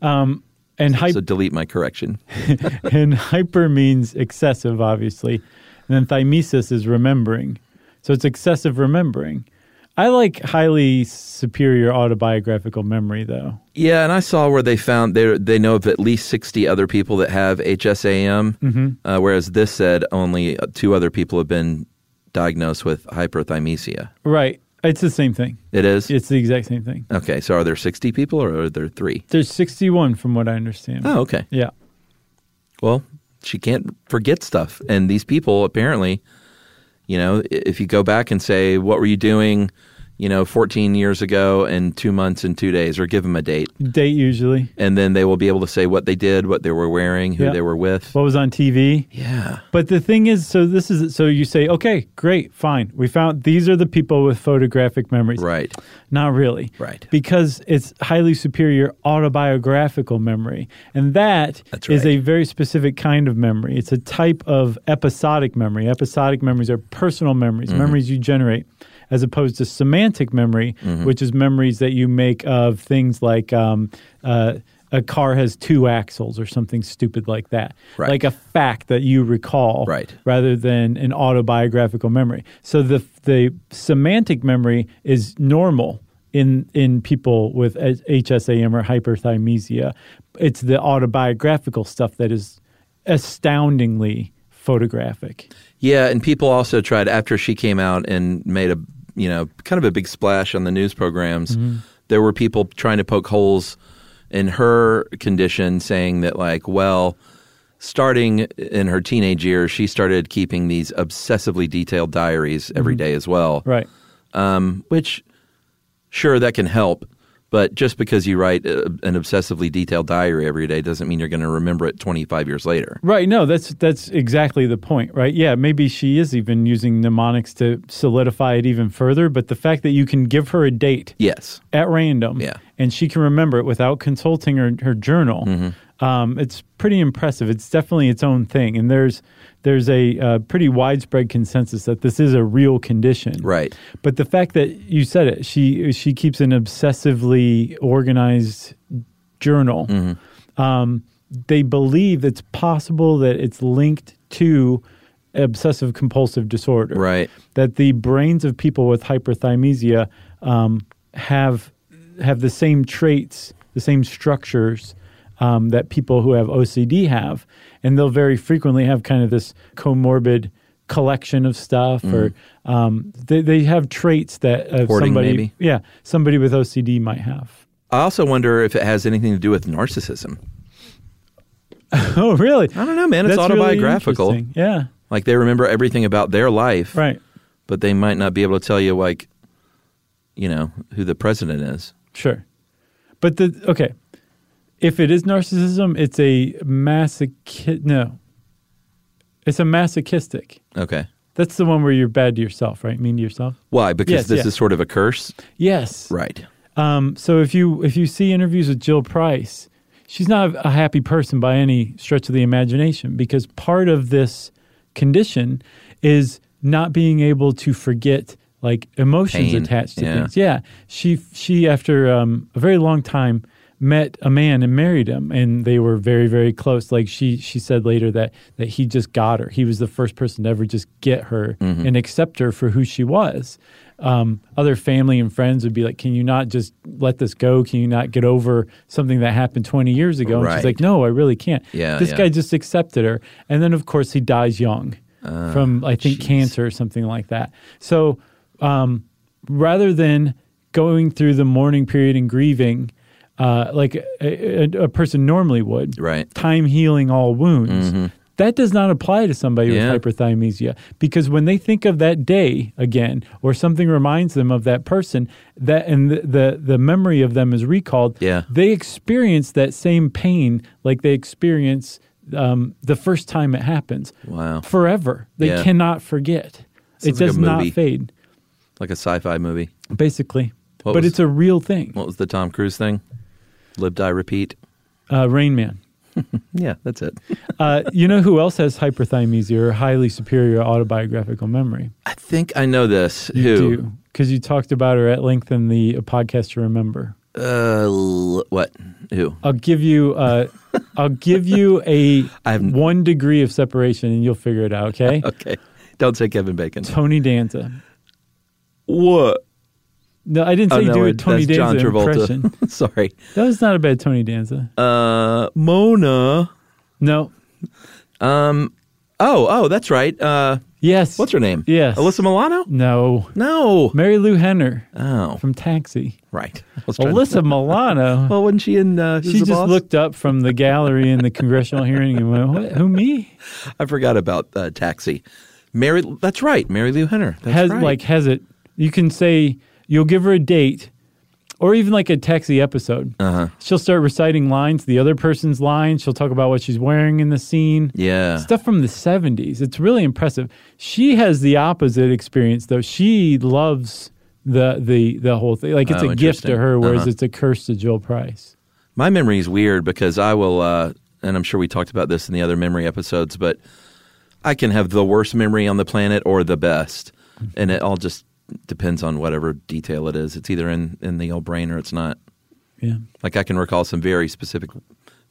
S1: And, hy-
S2: so delete my correction.
S1: and [LAUGHS] hyper means excessive, obviously. And then thymesis is remembering. So it's excessive remembering. I like highly superior autobiographical memory, though.
S2: Yeah, and I saw where they found they they know of at least sixty other people that have HSAM, uh, whereas this said only uh, two other people have been diagnosed with hyperthymesia.
S1: Right. It's the same thing.
S2: It is
S1: It's the exact same thing.
S2: okay. So are there sixty people or are there three?
S1: There's 61 from what I understand.
S2: Oh, okay.
S1: Yeah.
S2: Well, she can't forget stuff. And these people, apparently, you know, i- if you go back and say, what were you doing, you know, 14 years ago and two months and two days, or give them a date.
S1: Date usually.
S2: And then they will be able to say what they did, what they were wearing, who
S1: Yeah.
S2: they were with.
S1: What was on TV?
S2: yeah.
S1: But the thing is, so this is so you say, okay, great, fine. We found these are the people with photographic memories.
S2: Right.
S1: Not really.
S2: Right.
S1: Because it's highly superior autobiographical memory. And that
S2: That's
S1: is
S2: right.
S1: a very specific kind of memory. It's a type of episodic memory. Episodic memories are personal memories,
S2: Mm-hmm.
S1: memories you generate, as opposed to semantic memory,
S2: Mm-hmm.
S1: which is memories that you make of things like um, uh, a car has two axles or something stupid like that.
S2: Right.
S1: Like a fact that you recall
S2: Right.
S1: rather than an autobiographical memory. So the the semantic memory is normal in in people with H- HSAM or hyperthymesia. It's the autobiographical stuff that is astoundingly photographic.
S2: Yeah. And people also tried, after she came out and made a, you know, kind of a big splash on the news programs, there were people trying to poke holes in her condition, saying that, like, well, starting in her teenage years, she started keeping these obsessively detailed diaries every day as well.
S1: Right.
S2: Um, which, sure, that can help. But just because you write uh, an obsessively detailed diary every day doesn't mean you're going to remember it 25 years later.
S1: Right. No, that's that's exactly the point, right? Yeah, maybe she is even using mnemonics to solidify it even further, but the fact that you can give her a date
S2: Yes.
S1: at random
S2: Yeah.
S1: and she can remember it without consulting her, her journal
S2: Mm-hmm.
S1: um, it's pretty impressive it's definitely its own thing and there's there's a uh, pretty widespread consensus that this is a real condition
S2: Right.
S1: but the fact that you said it she she keeps an obsessively organized journal
S2: Mm-hmm.
S1: um, they believe it's possible that it's linked to obsessive compulsive disorder
S2: Right.
S1: that the brains of people with hyperthymesia um, have have the same traits, the same structures um, that people who have OCD have, and they'll very frequently have kind of this comorbid collection of stuff, or um, they they have traits that uh,
S2: Mm. Hoarding,
S1: somebody,
S2: maybe?
S1: yeah, somebody with OCD might have. [LAUGHS]
S2: I also wonder if it has anything to do with narcissism.
S1: Oh, really?
S2: I don't know, man. It's
S1: That's really
S2: autobiographical.
S1: interesting. yeah,
S2: like they remember everything about their life,
S1: right.
S2: but they might not be able to tell you, like, you know, who the president is.
S1: Sure. But the okay, if it is narcissism, it's a masochistic. No, it's a masochistic.
S2: Okay.
S1: That's the one where you're bad to yourself, right? Mean to yourself.
S2: Why? Because
S1: Yes,
S2: this
S1: yeah.
S2: is sort of a curse.
S1: Yes.
S2: Right.
S1: Um, so if you if you see interviews with Jill Price, she's not a happy person by any stretch of the imagination because part of this condition is not being able to forget like emotions
S2: Pain,
S1: attached to
S2: yeah.
S1: things. Yeah, she she after um, a very long time met a man and married him and they were very very close like she she said later that that he just got her he was the first person to ever just get her
S2: Mm-hmm.
S1: and accept her for who she was um, other family and friends would be like can you not just let this go can you not get over something that happened 20 years ago and she's
S2: Right.
S1: like no i really can't
S2: Yeah,
S1: this
S2: yeah.
S1: guy just accepted her and then of course he dies young
S2: Uh,
S1: from i think cancer or something like that so rather than going through the mourning period and grieving uh, like a, a, a person normally would,
S2: Right. Mm-hmm.
S1: time healing all wounds, that does not apply to somebody
S2: Yeah.
S1: with hyperthymesia because when they think of that day again or something reminds them of that person that and the, the, the memory of them is recalled,
S2: Yeah.
S1: they experience that same pain like they experience um, the first time it happens.
S2: Wow.
S1: Forever. They
S2: Yeah.
S1: cannot forget. it
S2: Sounds like a
S1: does
S2: movie.
S1: not fade
S2: Like a sci-fi movie.
S1: basically.
S2: What
S1: but
S2: was-
S1: it's a real thing.
S2: What was the Tom Cruise thing? Live, die, repeat.
S1: Uh, Rain Man.
S2: Yeah, that's
S1: [LAUGHS]
S2: it.
S1: Uh, you know who else has hyperthymesia or highly superior autobiographical memory?
S2: I think I know this.
S1: You
S2: Who?
S1: do. Because you talked about her at length in the podcast to remember.
S2: Uh, l- what? Who?
S1: I'll give you. Uh, [LAUGHS] I'll give you a
S2: [LAUGHS] I haven't-
S1: one degree of separation, and you'll figure it out. Okay.
S2: [LAUGHS] Okay. Don't say Kevin Bacon.
S1: Tony Danza.
S2: What?
S1: No, I didn't say
S2: Oh,
S1: you
S2: no,
S1: do a
S2: it-
S1: Tony
S2: that's John
S1: Danza
S2: [LAUGHS]
S1: impression.
S2: Travolta. Sorry.
S1: That was not a bad Tony Danza.
S2: Uh, Mona.
S1: no.
S2: Oh, oh, that's right. Uh,
S1: Yes.
S2: what's her name?
S1: Yes.
S2: Alyssa Milano?
S1: No.
S2: No.
S1: Mary Lou Henner
S2: Oh,
S1: from Taxi.
S2: right. I was trying to- [LAUGHS]
S1: Alyssa Milano.
S2: Well, wasn't she in uh, Who's
S1: She
S2: the
S1: just
S2: Boss?
S1: looked up from the gallery in the congressional hearing and went, what? "Who me?"
S2: I forgot about uh, Taxi. Mary, that's right. Mary Lou Henner. That's
S1: Has
S2: right.
S1: like has it? You can say you'll give her a date, or even like a taxi episode. Uh-huh. She'll start reciting lines, the other person's lines. She'll talk about what she's wearing in the scene.
S2: Yeah.
S1: Stuff from the 70s. It's really impressive. She has the opposite experience though. She loves the the the whole thing. Like it's
S2: Oh,
S1: a gift to
S2: interesting.
S1: her whereas
S2: Uh-huh.
S1: it's a curse to Jill Price.
S2: My memory is weird because I will, uh, and I'm sure we talked about this in the other memory episodes, but I can have the worst memory on the planet or the best, and it all just depends on whatever detail it is. It's either in in the old brain or it's not.
S1: Yeah.
S2: Like I can recall some very specific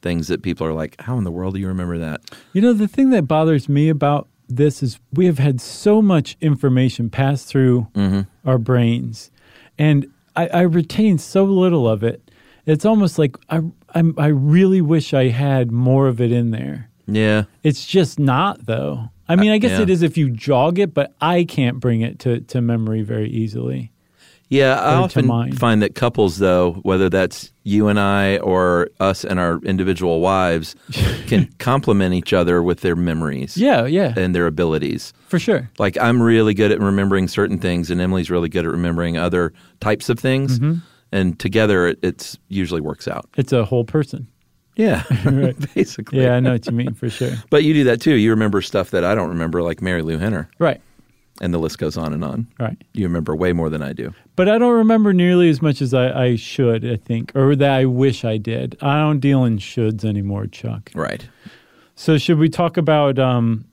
S2: things that people are like, "How in the world do you remember that?"
S1: You know, the thing that bothers me about this is we have had so much information pass through
S2: Mm-hmm.
S1: our brains, and I, I retain so little of it. It's almost like I, I'm, I really wish I had more of it in there.
S2: Yeah,
S1: It's just not, though. I mean, I guess
S2: yeah.
S1: it is if you jog it, but I can't bring it to, to memory very easily.
S2: yeah. I
S1: Or to
S2: often
S1: mine.
S2: find that couples, though, whether that's you and I or us and our individual
S1: [LAUGHS]
S2: wives, can complement each other with their memories,
S1: Yeah, yeah,
S2: and their abilities.
S1: for sure.
S2: like I'm really good at remembering certain things, and Emily's really good at remembering other types of things.
S1: Mm-hmm.
S2: And together, it it's usually works out.
S1: It's a whole person. [LAUGHS]
S2: [LAUGHS] Yeah, basically.
S1: Yeah, I know what you mean, for
S2: [LAUGHS]
S1: sure.
S2: But you do that too. You remember stuff that I don't remember, like Mary Lou Henner,
S1: Right,
S2: and the list goes on and on.
S1: right.
S2: You remember way more than I do.
S1: But I don't remember nearly as much as I, I should, I think, or that I wish I did. I don't deal in shoulds anymore, Chuck.
S2: Right.
S1: So, should we talk about um,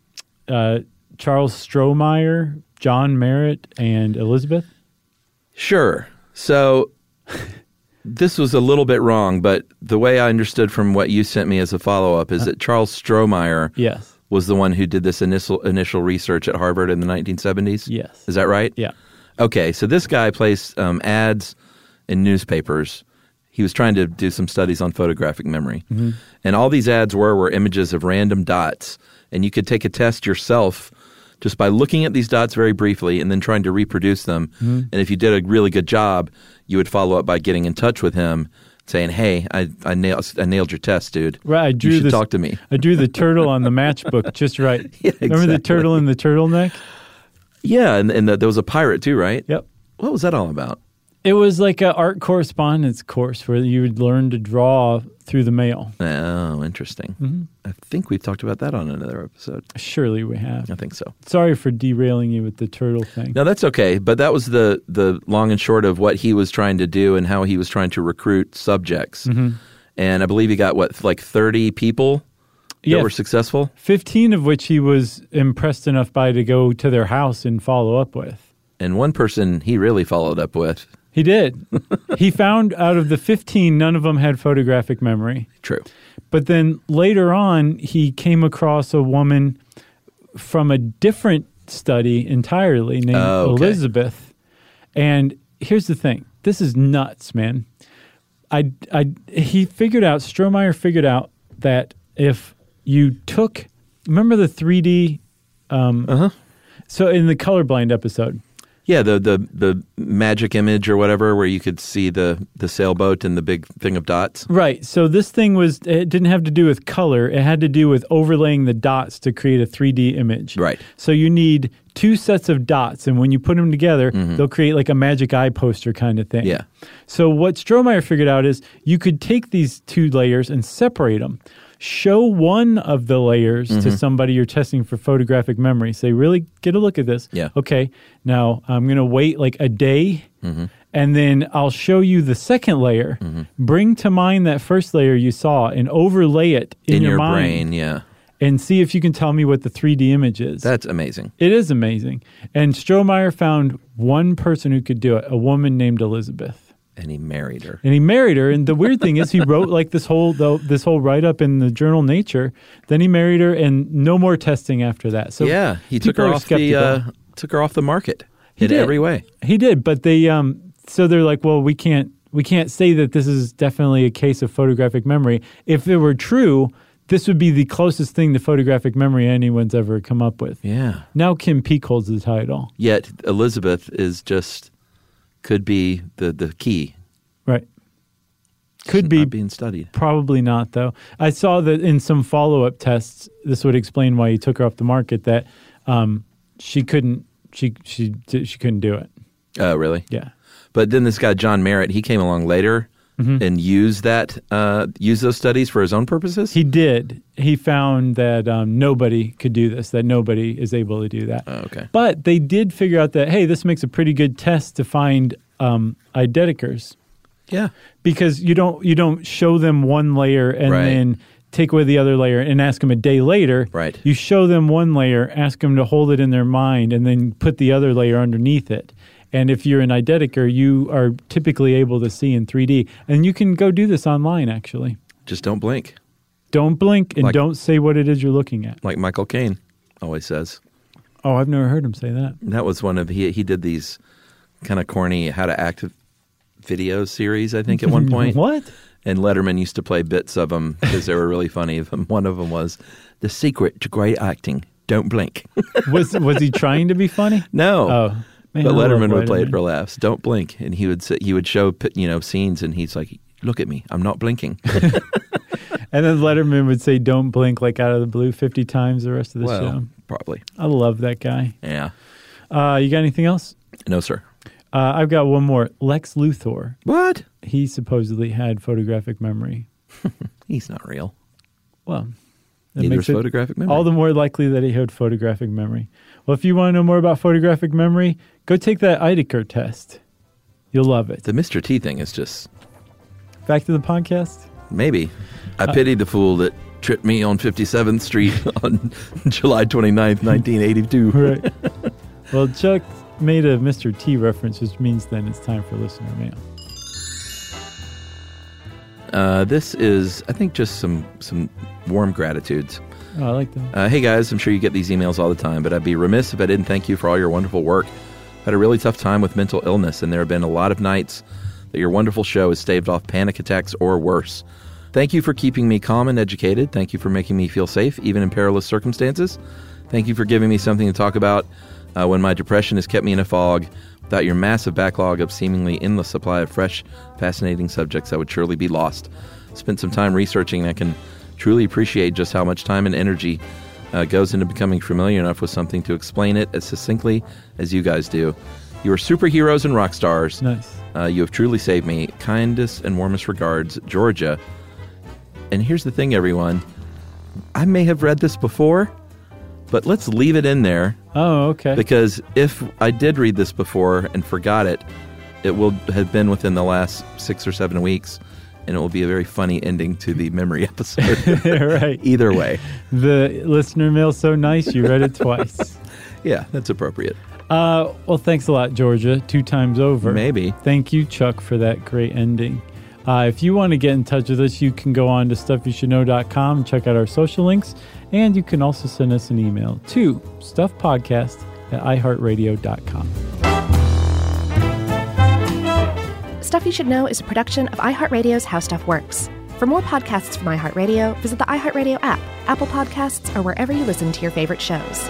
S1: uh, Charles Strohmeyer, John Merritt, and Elizabeth?
S2: Sure. So [LAUGHS] this was a little bit wrong, but the way I understood from what you sent me as a follow up
S1: Uh-huh.
S2: is that Charles Strohmeyer
S1: Yes.
S2: was the one who did this initial initial research at Harvard in the 1970s.
S1: Yes.
S2: Is that right?
S1: Yeah.
S2: Okay, so this guy placed um, ads in newspapers. He was trying to do some studies on photographic memory,
S1: Mm-hmm.
S2: and all these ads were were images of random dots, and you could take a test yourself just by looking at these dots very briefly and then trying to reproduce them.
S1: Mm-hmm.
S2: And if you did a really good job, you would follow up by getting in touch with him, saying, "Hey, I I nailed I nailed your test, dude.
S1: Right. I drew
S2: you should
S1: this,
S2: talk to me."
S1: I drew the turtle on the matchbook just right.
S2: [LAUGHS] Yeah,
S1: Remember the
S2: exactly.
S1: turtle and the turtleneck?
S2: Yeah, and, and the, there was a pirate too, right?
S1: Yep.
S2: What was that all about?
S1: It was like an art correspondence course where you would learn to draw through the mail.
S2: Oh, interesting.
S1: Mm-hmm.
S2: I think we've talked about that on another episode.
S1: Surely we have.
S2: I think so.
S1: Sorry for derailing you with the turtle thing.
S2: No, that's okay. But that was the the long and short of what he was trying to do and how he was trying to recruit subjects.
S1: Mm-hmm.
S2: And I believe he got what like thirty people that
S1: Yeah,
S2: were successful.
S1: 15 of which he was impressed enough by to go to their house and follow up with.
S2: And one person he really followed up with
S1: He did. he found out of the 15, none of them had photographic memory.
S2: True.
S1: But then later on, he came across a woman from a different study entirely named
S2: Oh, okay.
S1: Elizabeth. And here's the thing this is nuts, man. I, I, he figured out, Strohmeyer figured out that if you took, remember the 3D? Um,
S2: Uh-huh.
S1: So in the colorblind episode,
S2: Yeah, the, the the magic image or whatever, where you could see the the sailboat and the big thing of dots.
S1: Right. So this thing was it didn't have to do with color. It had to do with overlaying the dots to create a 3D image.
S2: Right.
S1: So you need two sets of dots and when you put them together, they'll create like a magic eye poster kind of thing.
S2: Mm-hmm. Yeah.
S1: So what Strohmeyer figured out is you could take these two layers and separate them. Show one of the layers
S2: Mm-hmm.
S1: to somebody you're testing for photographic memory. Say, really get a look at this.
S2: Yeah.
S1: Okay. Now I'm going to wait like a day
S2: Mm-hmm.
S1: and then I'll show you the second layer. Bring to mind that first layer you saw and overlay it in,
S2: in your,
S1: mind
S2: brain. Yeah,
S1: and see if you can tell me what the 3D image is.
S2: that's amazing.
S1: It is amazing. And Strohmeyer found one person who could do it, a woman named Elizabeth.
S2: And he married her.
S1: And he married her. And the weird thing is, he wrote like this whole though, this whole write up in the journal Nature. Then he married her, and no more testing after that. So
S2: yeah, he took
S1: people
S2: her
S1: are
S2: off the
S1: skeptical.
S2: uh, took her off the market
S1: He
S2: in
S1: did.
S2: every way.
S1: He did, but they um so they're like, well, we can't we can't say that this is definitely a case of photographic memory. If it were true, this would be the closest thing to photographic memory anyone's ever come up with.
S2: Yeah.
S1: Now Kim Peek holds the title.
S2: Yet Elizabeth is just could be the the key.
S1: Right. Could
S2: She's
S1: be
S2: not being studied.
S1: Probably not, though. I saw that in some follow up tests, this would explain why he took her off the market. That um, she couldn't, she she she couldn't do it.
S2: Oh, really?
S1: Yeah,
S2: But then this guy John Merritt, he came along later
S1: Mm-hmm.
S2: and used that uh, used those studies for his own purposes.
S1: he did. He found that um, nobody could do this. That nobody is able to do that.
S2: Oh, okay.
S1: But they did figure out that hey, this makes a pretty good test to find um, eidetikers.
S2: yeah.
S1: because you don't you don't show them one layer and
S2: Right.
S1: then take away the other layer and ask them a day later.
S2: Right.
S1: You show them one layer, ask them to hold it in their mind, and then put the other layer underneath it. And if you're an eidetiker, you are typically able to see in 3D, and you can go do this online. Actually,
S2: Just don't blink,
S1: don't blink and
S2: Like-
S1: don't say what it is you're looking at.
S2: like Michael Caine always says.
S1: Oh, I've never heard him say that.
S2: That was one of he he did these kind of corny how to act video series. I think
S1: [LAUGHS]
S2: at one point.
S1: What?
S2: And Letterman used to play bits of them because they were really funny. One of them was the secret to great acting: don't [LAUGHS] blink.
S1: was was he trying to be funny?
S2: [LAUGHS] no.
S1: Oh, man, I
S2: but
S1: love
S2: Letterman would play it
S1: Letterman.
S2: for laughs. Don't blink, and he would sit, he would show pi- you know scenes, and he's like, "Look at me, I'm not [LAUGHS] blinking."
S1: And then Letterman would say, "Don't blink," like out of the blue, 50 times the rest of the show.
S2: probably.
S1: I love that guy.
S2: Yeah.
S1: Uh, you got anything else?
S2: No, sir.
S1: Uh, I've got one more. Lex Luthor.
S2: What?
S1: He supposedly had photographic memory.
S2: He's not real.
S1: Well, that
S2: Neither
S1: makes
S2: is
S1: it
S2: photographic memory.
S1: all the more likely that he had photographic memory. Well, if you want to know more about photographic memory, go take that Eidecker test. You'll love it.
S2: the Mr. T thing is just
S1: Back to the podcast.
S2: maybe. I pity the fool that tripped me on 57th Street [LAUGHS] on July 29th, 1982.
S1: Right. well, Chuck made a Mr. T reference, which means then it's time for listener mail.
S2: Uh, this is, I think, just some some warm gratitudes.
S1: Oh, I like that.
S2: Uh, hey guys, I'm sure you get these emails all the time, but I'd be remiss if I didn't thank you for all your wonderful work. I had a really tough time with mental illness, and there have been a lot of nights that your wonderful show has staved off panic attacks or worse. Thank you for keeping me calm and educated. Thank you for making me feel safe, even in perilous circumstances. Thank you for giving me something to talk about uh, when my depression has kept me in a fog. Without your massive backlog of seemingly endless supply of fresh, fascinating subjects, I would surely be lost. Spent some time researching, and I can truly appreciate just how much time and energy uh, goes into becoming familiar enough with something to explain it as succinctly as you guys do. You are superheroes and rock stars.
S1: Nice.
S2: Uh, you have truly saved me. Kindest and warmest regards, Georgia. And here's the thing, everyone. I may have read this before, but let's leave it in there
S1: Oh, okay. [LAUGHS]
S2: because if I did read this before and forgot it, it will have been within the last six or seven weeks, and it will be a very funny ending to the memory [LAUGHS] episode.
S1: right.
S2: Either way,
S1: The listener mail's so nice you read it twice.
S2: [LAUGHS] yeah, that's appropriate.
S1: Uh, well, thanks a lot, Georgia, two times over.
S2: Maybe.
S1: Thank you, Chuck, for that great ending. Uh, if you want to get in touch with us, you can go on to stuffyoushouldknow.com, check out our social links, and you can also send us an email to stuffpodcast at iheartradio.com.
S3: Stuff You Should Know is a production of iHeartRadio's How Stuff Works. For more podcasts from iHeartRadio, visit the iHeartRadio app, Apple Podcasts, or wherever you listen to your favorite shows.